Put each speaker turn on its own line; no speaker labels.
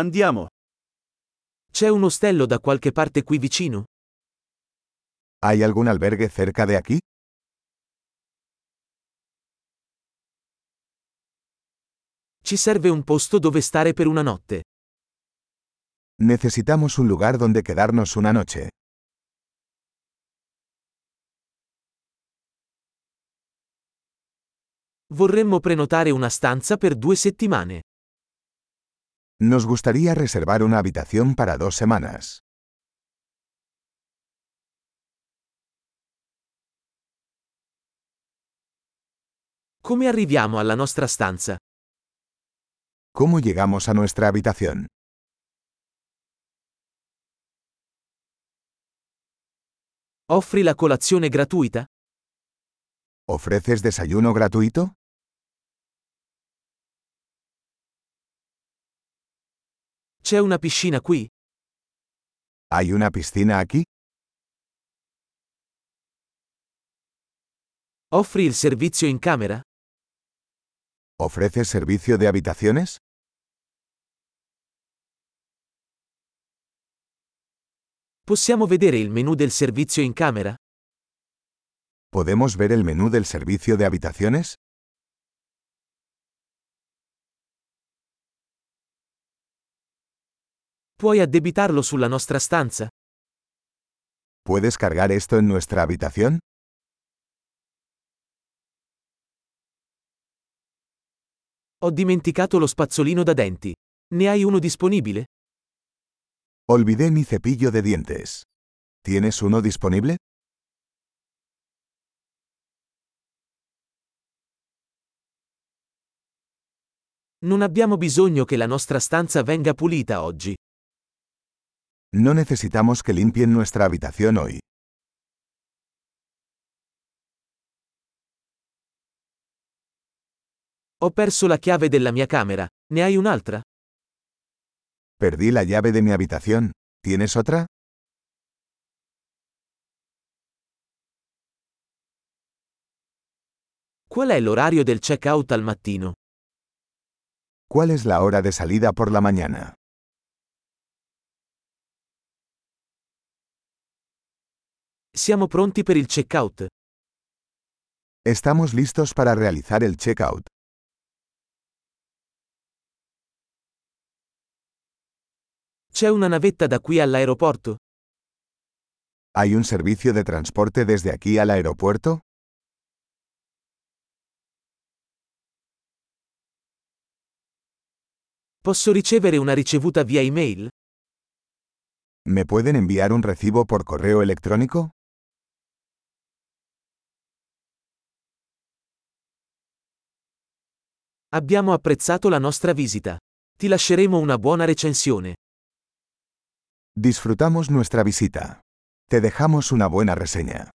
Andiamo.
C'è un ostello da qualche parte qui vicino?
¿Hay algún albergue cerca de aquí?
Ci serve un posto dove stare per una notte.
Necesitamos un lugar donde quedarnos una noche.
Vorremmo prenotare una stanza per due settimane.
Nos gustaría reservar una habitación para dos semanas.
Come arriviamo alla nostra stanza?
¿Cómo llegamos a nuestra habitación?
Offri la colazione gratuita?
¿Ofreces desayuno gratuito?
C'è una piscina qui?
¿Hay una piscina aquí?
Offri il servizio in camera?
¿Ofreces servicio de habitaciones?
Possiamo vedere il menu del servizio in camera?
¿Podemos ver el menú del servicio de habitaciones?
Puoi addebitarlo sulla nostra stanza?
¿Puedes cargar esto en nuestra habitación?
Ho dimenticato lo spazzolino da denti. Ne hai uno disponibile?
Olvidé mi cepillo de dientes. ¿Tienes uno disponible?
Non abbiamo bisogno che la nostra stanza venga pulita oggi.
No necesitamos que limpien nuestra habitación hoy.
Ho perso la chiave della mia camera. Ne hai un'altra?
Perdí la llave de mi habitación. ¿Tienes otra?
Qual è l'orario del check-out al mattino?
¿Cuál es la hora de salida por la mañana?
Siamo pronti per il check-out.
Estamos listos para realizar el checkout.
C'è una navetta da qui all'aeroporto?
¿Hay un servicio de transporte desde aquí al aeropuerto?
Posso ricevere una ricevuta via email?
¿Me pueden enviar un recibo por correo electrónico?
Abbiamo apprezzato la nostra visita. Ti lasceremo una buona recensione.
Disfrutamos nuestra visita. Te dejamos una buena reseña.